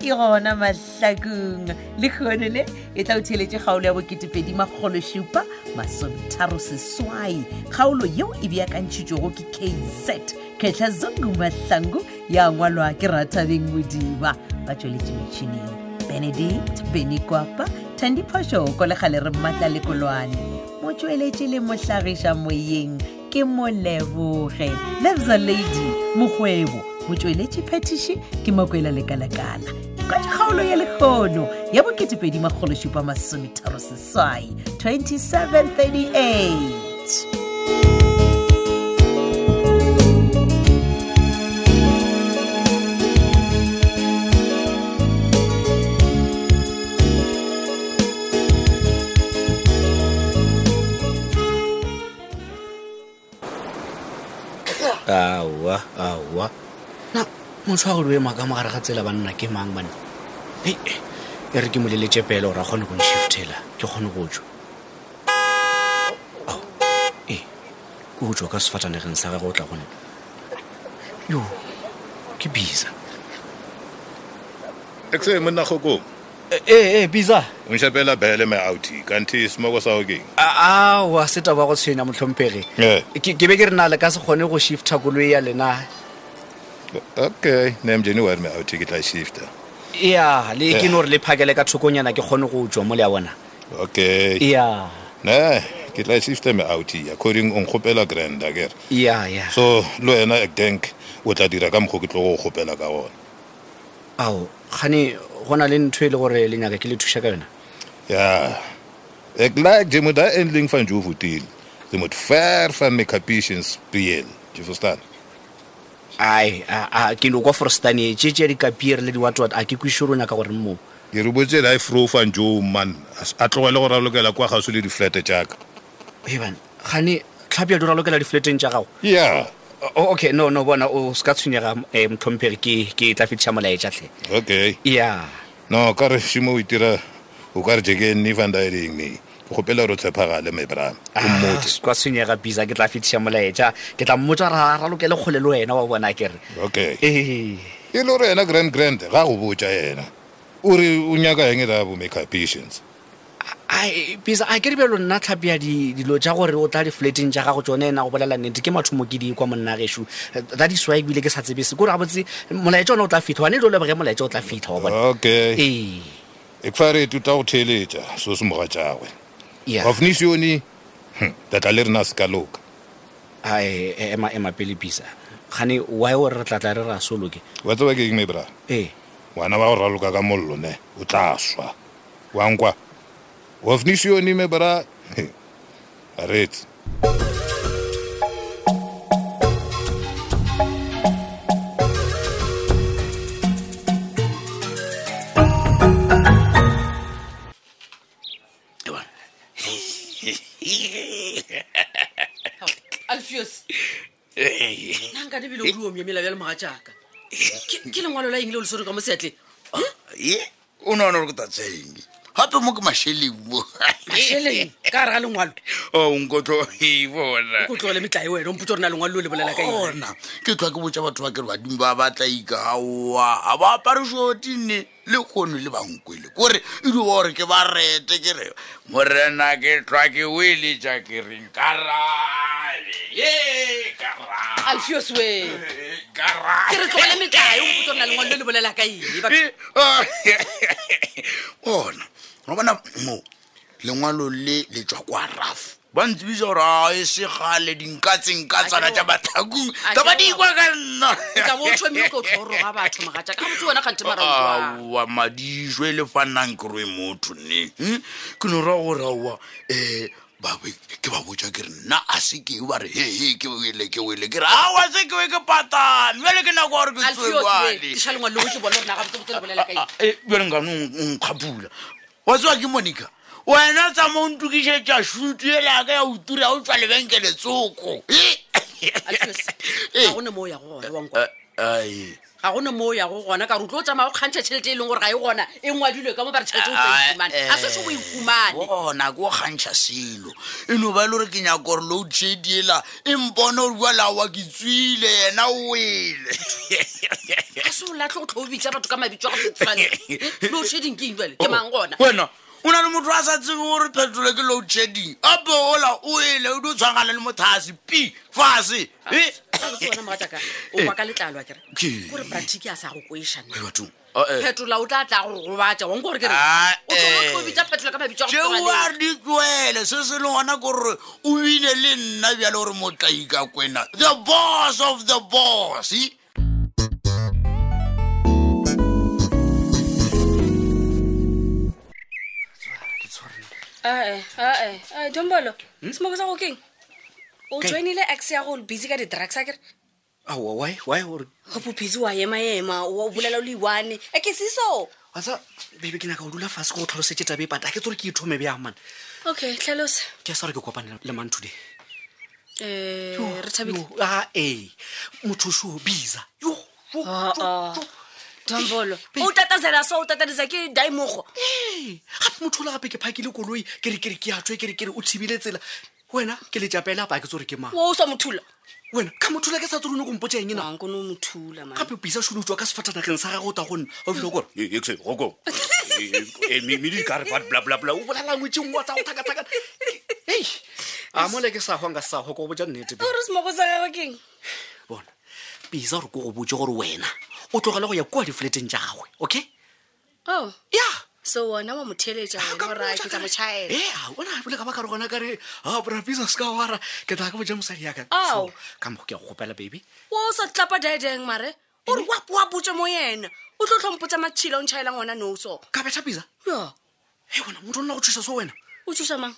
gona mahlakong le kgone le e tla o theletše kgaolo ya boketepedi magolosupa masometharo seswai kgaolo yeo e beakantšhitšwego ke kz kgetlha zungu mahlangu ya ngwalwa ke rathabeng modiba ba tsweletše metšhineng benedict benikwapa thandiphošoko le kgale re mmatla le kolwane motsweletše le mohlagiša moyeng ke moleboge lebza lady mokgwebo motsweletše phetiši ke makwela lekalakala ka kgaolo ya lekgono ya bo2edimagolosupa masometharo seswai 2738 awa awa na motho a go duema ka mogare ga tsela banna ke mang banna hei eh, e re ke mo leletse pele gore a kgone go nshiftela ke kgone go tswa Ao, ee ke go tswa ka sefatanegeng sa gage o tla gone yo ke bisa ekse monna kgokong ee bisa o nshepela bele me outi kanthi semoko sa go keng awa se taba go tshwenya motlhomphege Eh. ke ke be ke re na le ka se kgone go shifta koloi ya lena okay ne mjeni were me outi ke tla e shifta ya le ke Eh. no re le phakele ka thokonyana ke kgone go tswa mo le ya bona okay ya ne ke tla shifta me outi according o nkgopela grand akere ya ya so le wena ekdenk o tla dira ka mokgwa ke tlo go kgopela ka gona ao gane go na le ntho e le gore lenyaka ke le thuša ka yona ya ek like je moet daai eindling van jou voetile jy moet ver van my capitions speel jy verstaan ai a- a, ke no kwa e forstane tše tša dikapiere le diwatwat a ke kwešiore o nyaka gore mmo ke re botse daai fro van jou man as- a tlogele go ralokela kwa gaso le diflete jaaka ebane gane tlhapi a di ralokela difleteng tša gago ya O- okay no no bona o se ka tshwenyega um motlhomphegi ke- ke tla fetiša molaetšatlhe okay ya no ka re šimo o itira o ka re jeke nne van daeleng ne ke gopela gore o tshepagale mebrame o Ah, mmotse ka tshwenyega bisa ke tla fetiša molaetša ke tla mmotsa gore a ralokele kgole le wena wa bona kere okay ee e le gore ena grand grand ga go botsa ena o re o nyaka eng da bo my capitions ai bisa a ke lebelo nna tlhapi ya di- dilo tja gore o tla difleteng ja gago tsone ena go bolela nnete ke mathomo ke di kwa monna gešo tha diswa ebile ke sa tsebese kore a botse molaetša one o tla fitlha wane e le o lebage molaetša o tla fitlha wa bona okay ee e fa re tuta go theletša so se moga tjagwe ya gafnis yone datla hm, le rena se ka loka ai e- ema ema pele bisa gane wy ore re tlatla re ra soloke wa tseba ke eng my bra ee ngwana wa go raloka ka mollo ne o tla swa wankwa gafnis yone my bra a retse alfios nankane bele o ruo myamela bjale moga jaaka Ke- ke lengwalo la eng le o lesore ka mo seatleng ye o ne ona gore ke tatsaeng gape mo ke mašheleng mo mašheleng Eh. ka gare ga lengwalo o nkotlho e bona ko tlogele metlae wena o mputse gore na lengwalo le o le bolela ka eng. gona ke tlhwa ke botsa batho ba kere badimo ba batlaika gaoa ga ba apare shoti nne le kgono le bankwele kore e di gore ke ba rete ke re morena ke tlhwa ke weletša ke reng karabe ye karabe alfios we Eh. ke re karabe tlogele metlae o mputse gore na lengwalo le o le bolela ka eng Eh. Ba- bona ga Oh, bona mo lengwalo le le tswa kwa raf ba ntsebisa gore a e segale dinkatsenkatsana tja matlhakong A ke ka ba wa- dikwa ka nna o tla bo o tshwamile ka o tlhoroga batho moga jaaka ga botse wena kgante maraoa aowa madiso e lefannang keroe motho ne hm? ke no ra gore aowa um babe ke ba botsa ke re nna a se keo ba re hehe ke wele ke wele ke re aowa se kewe ke patane bjale ke nako ya gore ke alfios we tswebale diša lengwalo le go ke bona gore na ga botse botse le bolela ka Ah, eng eh, bjalenkanonkgapula wa tsewa ke monica wena tsama o ntokišetša sutu e laka ya otura o tswa lebenkele tsoko alfios Eh. ga gone mo o ya go gona wankwa Ai. ga gone mo o ya go gona ka re o tlo o tsamaya go kgantšha tšhelete e leng gore ga e gona e ngwadilwe ka mo ba re tšhelete o tlo Ah, ikumane eh. a setse o ikumane bona ke o kgantšha selo e no ba e le gore ke nyaka gore load shediela e mpone o bua lawa ke tswile ena o wele so latlhe o tlho o bitsa batho ka mabitso a go setshwane lo sheding ke intlwele ke mang gona Oh, wena o na le motho a sa tsebe gore phetolo ke load shedding ape ola o ele o di o tshwangana le motho a se pi fase Ah, Eh? ona maataka o kwa ka letlalo a kere Ke- kore pratiki a sa go koešana Ai, bathong. Ah, eh. phetola o tla tla gore robatsa wanke gore kere Ah, o tlho o eh. bitsa phetola ka mabitso a go tšeo a tshwaneng. di tloele se se le gona kore o bine le nna bjale gore motlaika kwena the boss of the boss eh? ae ae ae dombolo semoko sa go keng o joinile ax ya go busy ka di-drugs a kere aowa e, why why ore gopo busy wa emaema o bolela o le one e ke seso watsa bebe ke nyaka o dula fase ko go tlhalosetse tabe pata a ke tsore ke ithome bjang man okay tlhalosa ke a sa gore ke kopane le man today um re thabile Yo, ah, ee motho sho bisa Yo, yo, Ah, yo, ah. yo. dombolo o tatazela so o tatadisa ke daimogo Ee, gape motho o le gape ke phakile koloi ke re kere ke a tswe kere kere o thibile tsela wena ke lejapaele apa a ke tsore ke mang o sa mothula wena ka motho le ke sa tsore o ne kompotsa eng ena ankono o mothula ma gape bisa shone o tswa ka sefatanageng sa gage o ta gonna o file kore "Ee, eksegokomedikare bat blablabla o bolela ngwetseng wa tsa go thakathakana ei a mole ke sa hwanka sa go ko botja nnete pele. ore semoko sa gagwe keng bona bisa gore ke go botse gore wena o tlogele go ya kua difleteng tja gagwe okay o ya Oh, so wona wa motheletsa wena gore ke tla motšhaela Eh, ah, ona bole ka baka re gona kare a brabisa se ka wara ke tla ka boja mosadi yaka Ao. So, ka mokgo ke a go gopela baby o sa tlapa daedeng mare ore wa botse mo yena o tlo tlhompotsa matšhila o ntšhaelang ona no so ka betha bisa yo e bona motho o nna go thusa so wena o thusa mang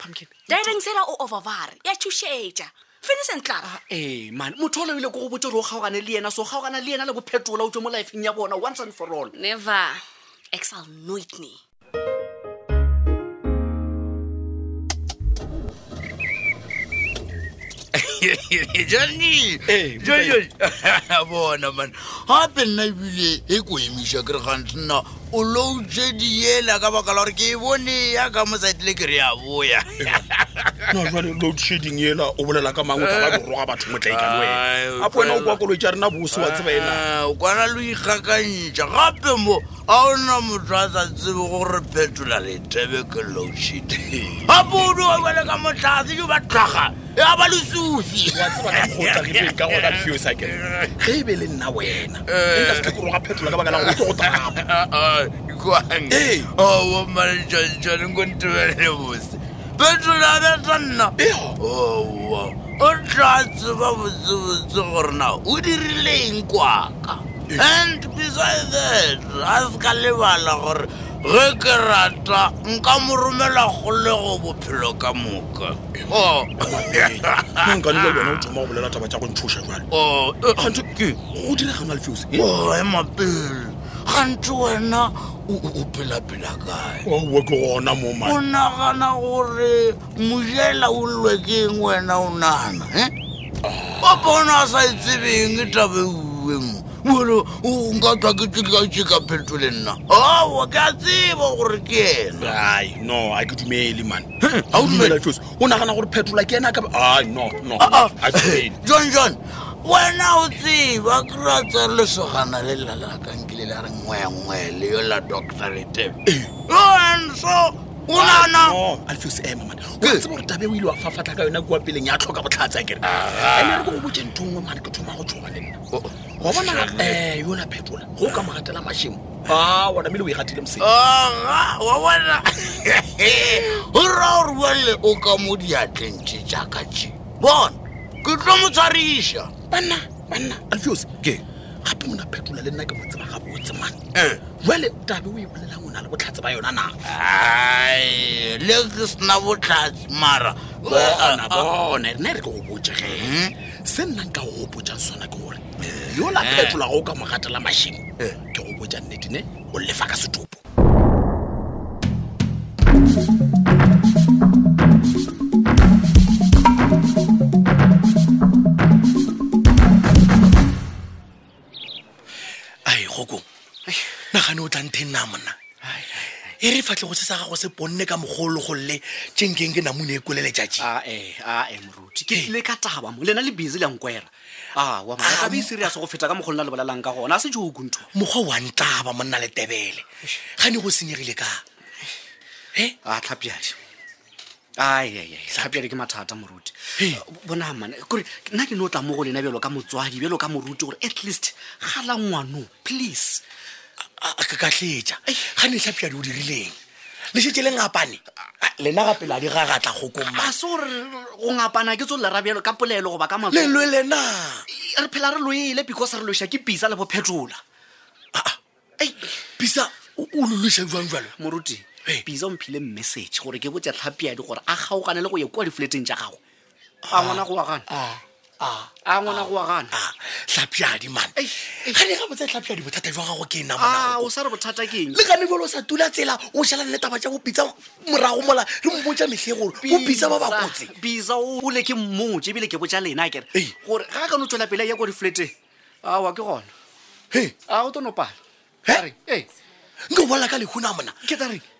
pumpkin daedeng sela o overvare ya thušetša finisen tlara Ah, ee mane motho o lebile ko go botse gore o kgaogane le ena so o kgaogana le ena le bophetola o tswe mo lifeng ya bona once and for all never exal noitney johnny Eh, Johnny, Johnny. bona man gape nna ebile e ko emiša ke re gantse nna o loutse diela ka baka la gore ke e bone yaka mo saetile ke re ya boya na jale load shedding ela o bolela ka mangwe ka ba boroga batho motlaika le Eh. Ai, wena apo wena o kwa koloi tja rena bosi wa tseba ena Ah, o kwana le o ikgakantšha gape mo a ona motho a sa tsebe gore phetola letebe ke loadshed gape o di obele ka motlhase jo ba tlhaga ya ba lesufi wa tseba ka kgotla ke beng ka gona fuse ake ge e be le nna wena Eh. nka se ke roga phetola ka baka la go tlo go tapa Ee. omaletšantšhane ko ntebelele bose phetola beta nna owa o tla tseba botsebotse gore na o dirileng kwaka and beside that a se ka lebala gore ge ke rata nka mo romela kgolego bophelo ka moka Oh. nka le wena o thoma go bolela taba tja go ntshoša jale Oh, eh, gante go diregana le fuse oh, ema pele gantse wena o- o o pelapela kae owa ke gona mo o mane nagana gore mojela o llwe ke eng wena o nagana e papa o ne a sa e etsebeng tabe uwe e mo bolo o nka tswa ke tsekakse ka phetole nna awa ke a tseba gore ke ena ai no a ke dumele mane Ha o a o dumele? dumela fuse E o nagana gore phetola ke ena ka ai no no Ah, a ah. ke dumele john john wena o tseba kry-a tsere lesogana le lalakankile la re ngwengwe le yo la doctor letebe and so o nagana alfeus ema mane o tseba gore tabe o ile wa fafatla ka yona kua peleng ya tlhoka botlhatsa kere ane re ke go botse ntho ngwe mane ke thoma go tshoga le nna wa bona um yola phetola go o ka mo gatela mašhemo a ona mmele o e gatile mose Ah. aga wa bona o ra gore wale o ka mo diatleng tše jaaka tše bona ke tlo mo tshwariša banna banna alfeus ke gape mona phetola le nna ke mo tseba gabotse mane Eh. jale tabe o e bolelang o na le botlhatse ba yona na ai le ke sena botlhatsi mara bona bona rena re ke go botse ge se nna nka go gopotsang sona ke gore yola phetola go o ka mo gatela mašhemo ke go botsa nnetene o lefa ka setopo ai gokong nagane o tlang teng na monna e re fatlhe go se sa gago se ponne ka mogologolle tse nkeng ke namone e kolele tšatši Ah, eh, ae ae moruti ke tlile ka taba mo lena le busy lankwera Ah, aa makabe e serius go feta ka mokgolo na le bolelang ka gona a se joo kuntho mokgwa wa ntlaba monna le tebele ga ne go senyegile ka e a tlhapiadi aiai tlhapiadi ke mathata moruti bona mane kore nna ke ne o tla mo go lena bjalo ka motswadi bjalo ka moruti gore at least gala ngwano please ka tletša ga ne tlhapiadi o dirileng le šetse le ngapane a, lena gape la di gagatla a gokomma se gore go ngapana ke tso lera bjalo ka polelo goba ka le matso lwe lena re phela re loele because re loša ke pisa le bophetola pisa o o lološa jwang jalo moruti Ee. pisa o mphile message gore ke botse tlhapiadi gore a kgaogane le go ya kwa difleteng tša gago a ngwana go wa gana a ngwana go wa gana Ah, a tlhapiadi mane Ei, ga ne gabotse tlhapiadi bothata jwa gago ke a namonago o sa re bothata ke eng le gane jalo o sa tula tsela o šhalane taba tša bopitsa morago mola re mbotsa metlhe gore bopitsa ba bakotse bisa o ole ke mmotse ebile ke botsa lena kere Ei. gore ga a ka no tswela pele a ya kwa difleteng awa ke gona he a o tonopala He? ee nke o bolela ka lehuna mona ke tareng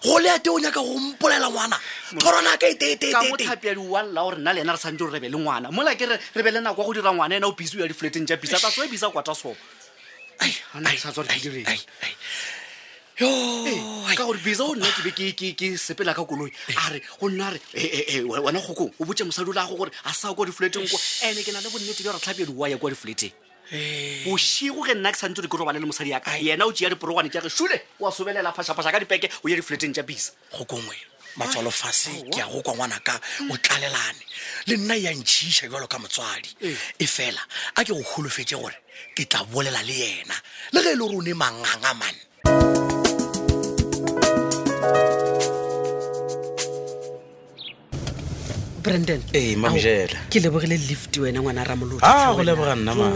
go le ate o nyaka go mpolela ngwana thorona ka e ka mo eteeteetee thapiadi wa lla gore nna le ena re santse gore re be le ngwana mola ke re re be le nako ya go dira ngwana ena o bisi o ya difleteng tša bisa tatso e bisa kwata sobo Ana ke sa tswa re ke direng. Ee, ka gore bisa o nna ke be ke- ke ke sepela ka koloi a re go nna a re "Eh, eh, eh, we- wena kgokong o botse mosadi o lago gore a sa ya kwa difleteng ko ande ke na le bonnete bja gore tlhapiadi wa ya kwa difleteng bošigo ge nna ke santse re ke robale le mosadi yaka yena o tšea diporogwane tša ge šule oa sobelela phašaphaša ka dipeke o ya difleteng tša bisa go kongwe matswalo fase ke ya go kwa ngwana ka o tlalelane le nna ya ntšhiša jalo ka motswadi e fela a ke go golofetse gore ke tla bolela le yena le ge e le gore o ne manganga mane brandon Ee, Mami Ao, Jela. ke lebogile lift wena ngwana ramolodi Ah, go leboga nna, ma.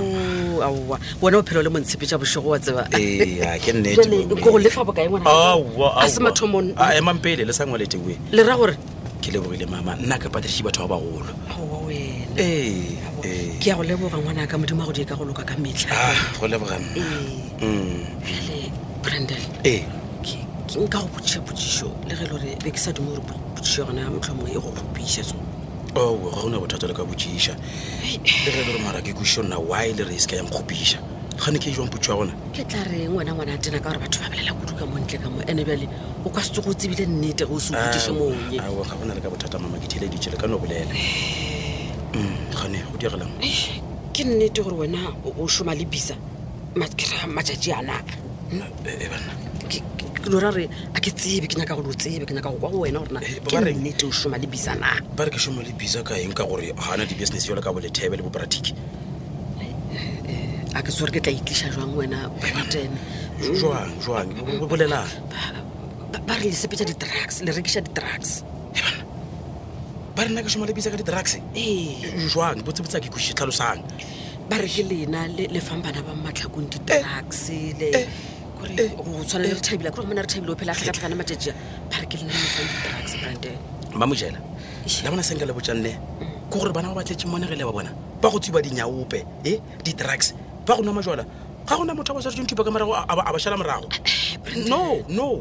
aowa wona o phela o le montshepetša bošego wa tseba Ee, ah, ke nnete, Jwale, mami. ko go lefa bokae ngwana a se mathomong emampele le sangwele tewe le ra gore ke lebogile mama nna ke patriši batho ba bagolo aowa wena ee aowa. ee. ke ya go leboga ngwana ka modimo a go die ka go loka ka metlha Ah, go leboga nna Mm, jale brandon ee ke ke nka go botšhe potšišo le ge le gore be ke sa dumo gore potšišo gona motlho mongwe e go kgopiša so oo ga gona bothata le ka botsiša le ge e le gore mara ke kuso nna wy le re e se ka yang kgopiša gane ke e jwang potso ya gona ke tla re ngwana ngwana a tena ka gore batho ba bolela kudu ka montle ka mo ene bjale o ka setse go o tsebile nnete go o se okutiše monye Ao, ga gona le ka bothata mama ke theleditše le ka no bolela Mm, gane go direlang Eish, ke nnete gore wena o- o šoma le bisa matšatši anaka e banna lora re a ke tsebe ke nyaka gore o tsebe ke nyaka go kwa go wena gorena Eh, ba ke reng? nnete o šoma le bisa na ba re ke šomo le bisa ka eng ka gore gana di-business jalo ka bolethebe le boporatiki a ke se gore ke tla itliša jwang wena branden Mm. jwang jwang Bo- bo- bolelang Ba- ba re le sepetša di-drugs le rekiša di-drugs ba rena ke šoma le bisa ka di-drugs ee jwang botsebotse a ke kweši tlhalosang ba re ke lena le le fang bana ba matlhakong di-drugs le kore go tshwana le re thabile kore mona re eh, thabile o phela a tlhakatlhakana matšatši a ba re ke lena le le fang di-drugs branden mamojela la bona senka le botsanne ke gore bana ba batletse monegele ba bona ba go tsiba dinyaope e di-drugs ba go nwa majala ga gona motho a ba sa tsenthupa ka morago a ba- a ba šala morago no no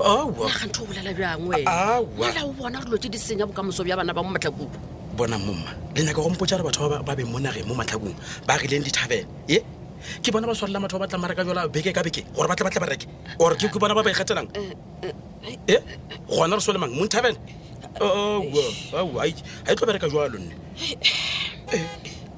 aowa nagantho o bolela e bjang wena Aowa. mola o bona gore lo tse di senya bokamoso bja bana ba mo matlhakudu bona momma le nyaka go mpotsa gore batho ba ba- ba beng mo nageng mo matlhakong ba agileng dithabele e ke bona ba swalela batho ba batla mareka jala beke ka beke gore ba tle batle ba reke or ke ke bona ba ba ikgethelang e gona re sole mang Oh, monthabele aowa ai ga e tlo bereka jalo nne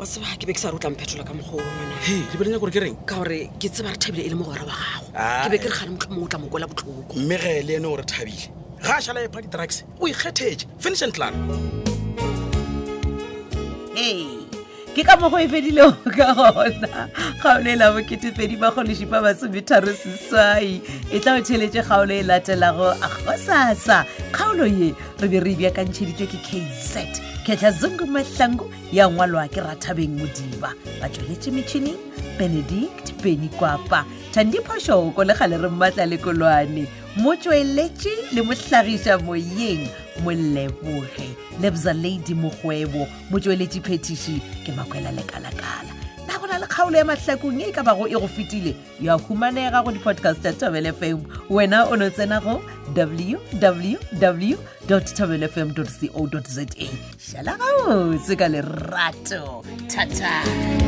wa tseba ke be ke sa re o tla mphetola ka mokgwa o ngwana he lebelenya gore ke reng ka gore ke tseba re thabile e le mogwera wa gago Ah, ke be ke re gane motlho mongwe o tla mokwela botlhoko mme ge e le ene o re thabile ga a šhala epa di-drugs o ikgethetse finish and clar ee ke ka mogo e fedilego ka gona kgaolo e la boketepedi magolosipa masometharo seswai e tla o theletše kgaolo e latelago a gosasa kgaolo ye re be re ebjakantšheditšwe ke kz kgetlha zungu mahlangu ya ngwalwa ke rathabeng modiba ba tsweletše metšhineng benedict beny kwapa thandiphošoko le gale re mmatla le kolwane motsweletše le mohlagiša moyeng moleboge lebza lady mokgwebo motsweletši phetiši ke makwela lekalakala na go na le na le kgaolo ya mahlakong e e ka bago e go fetile ya humanega go di-podcast tša tobel fm wena o no tsena go www tobel fm co za šala gaotse ka lerato thata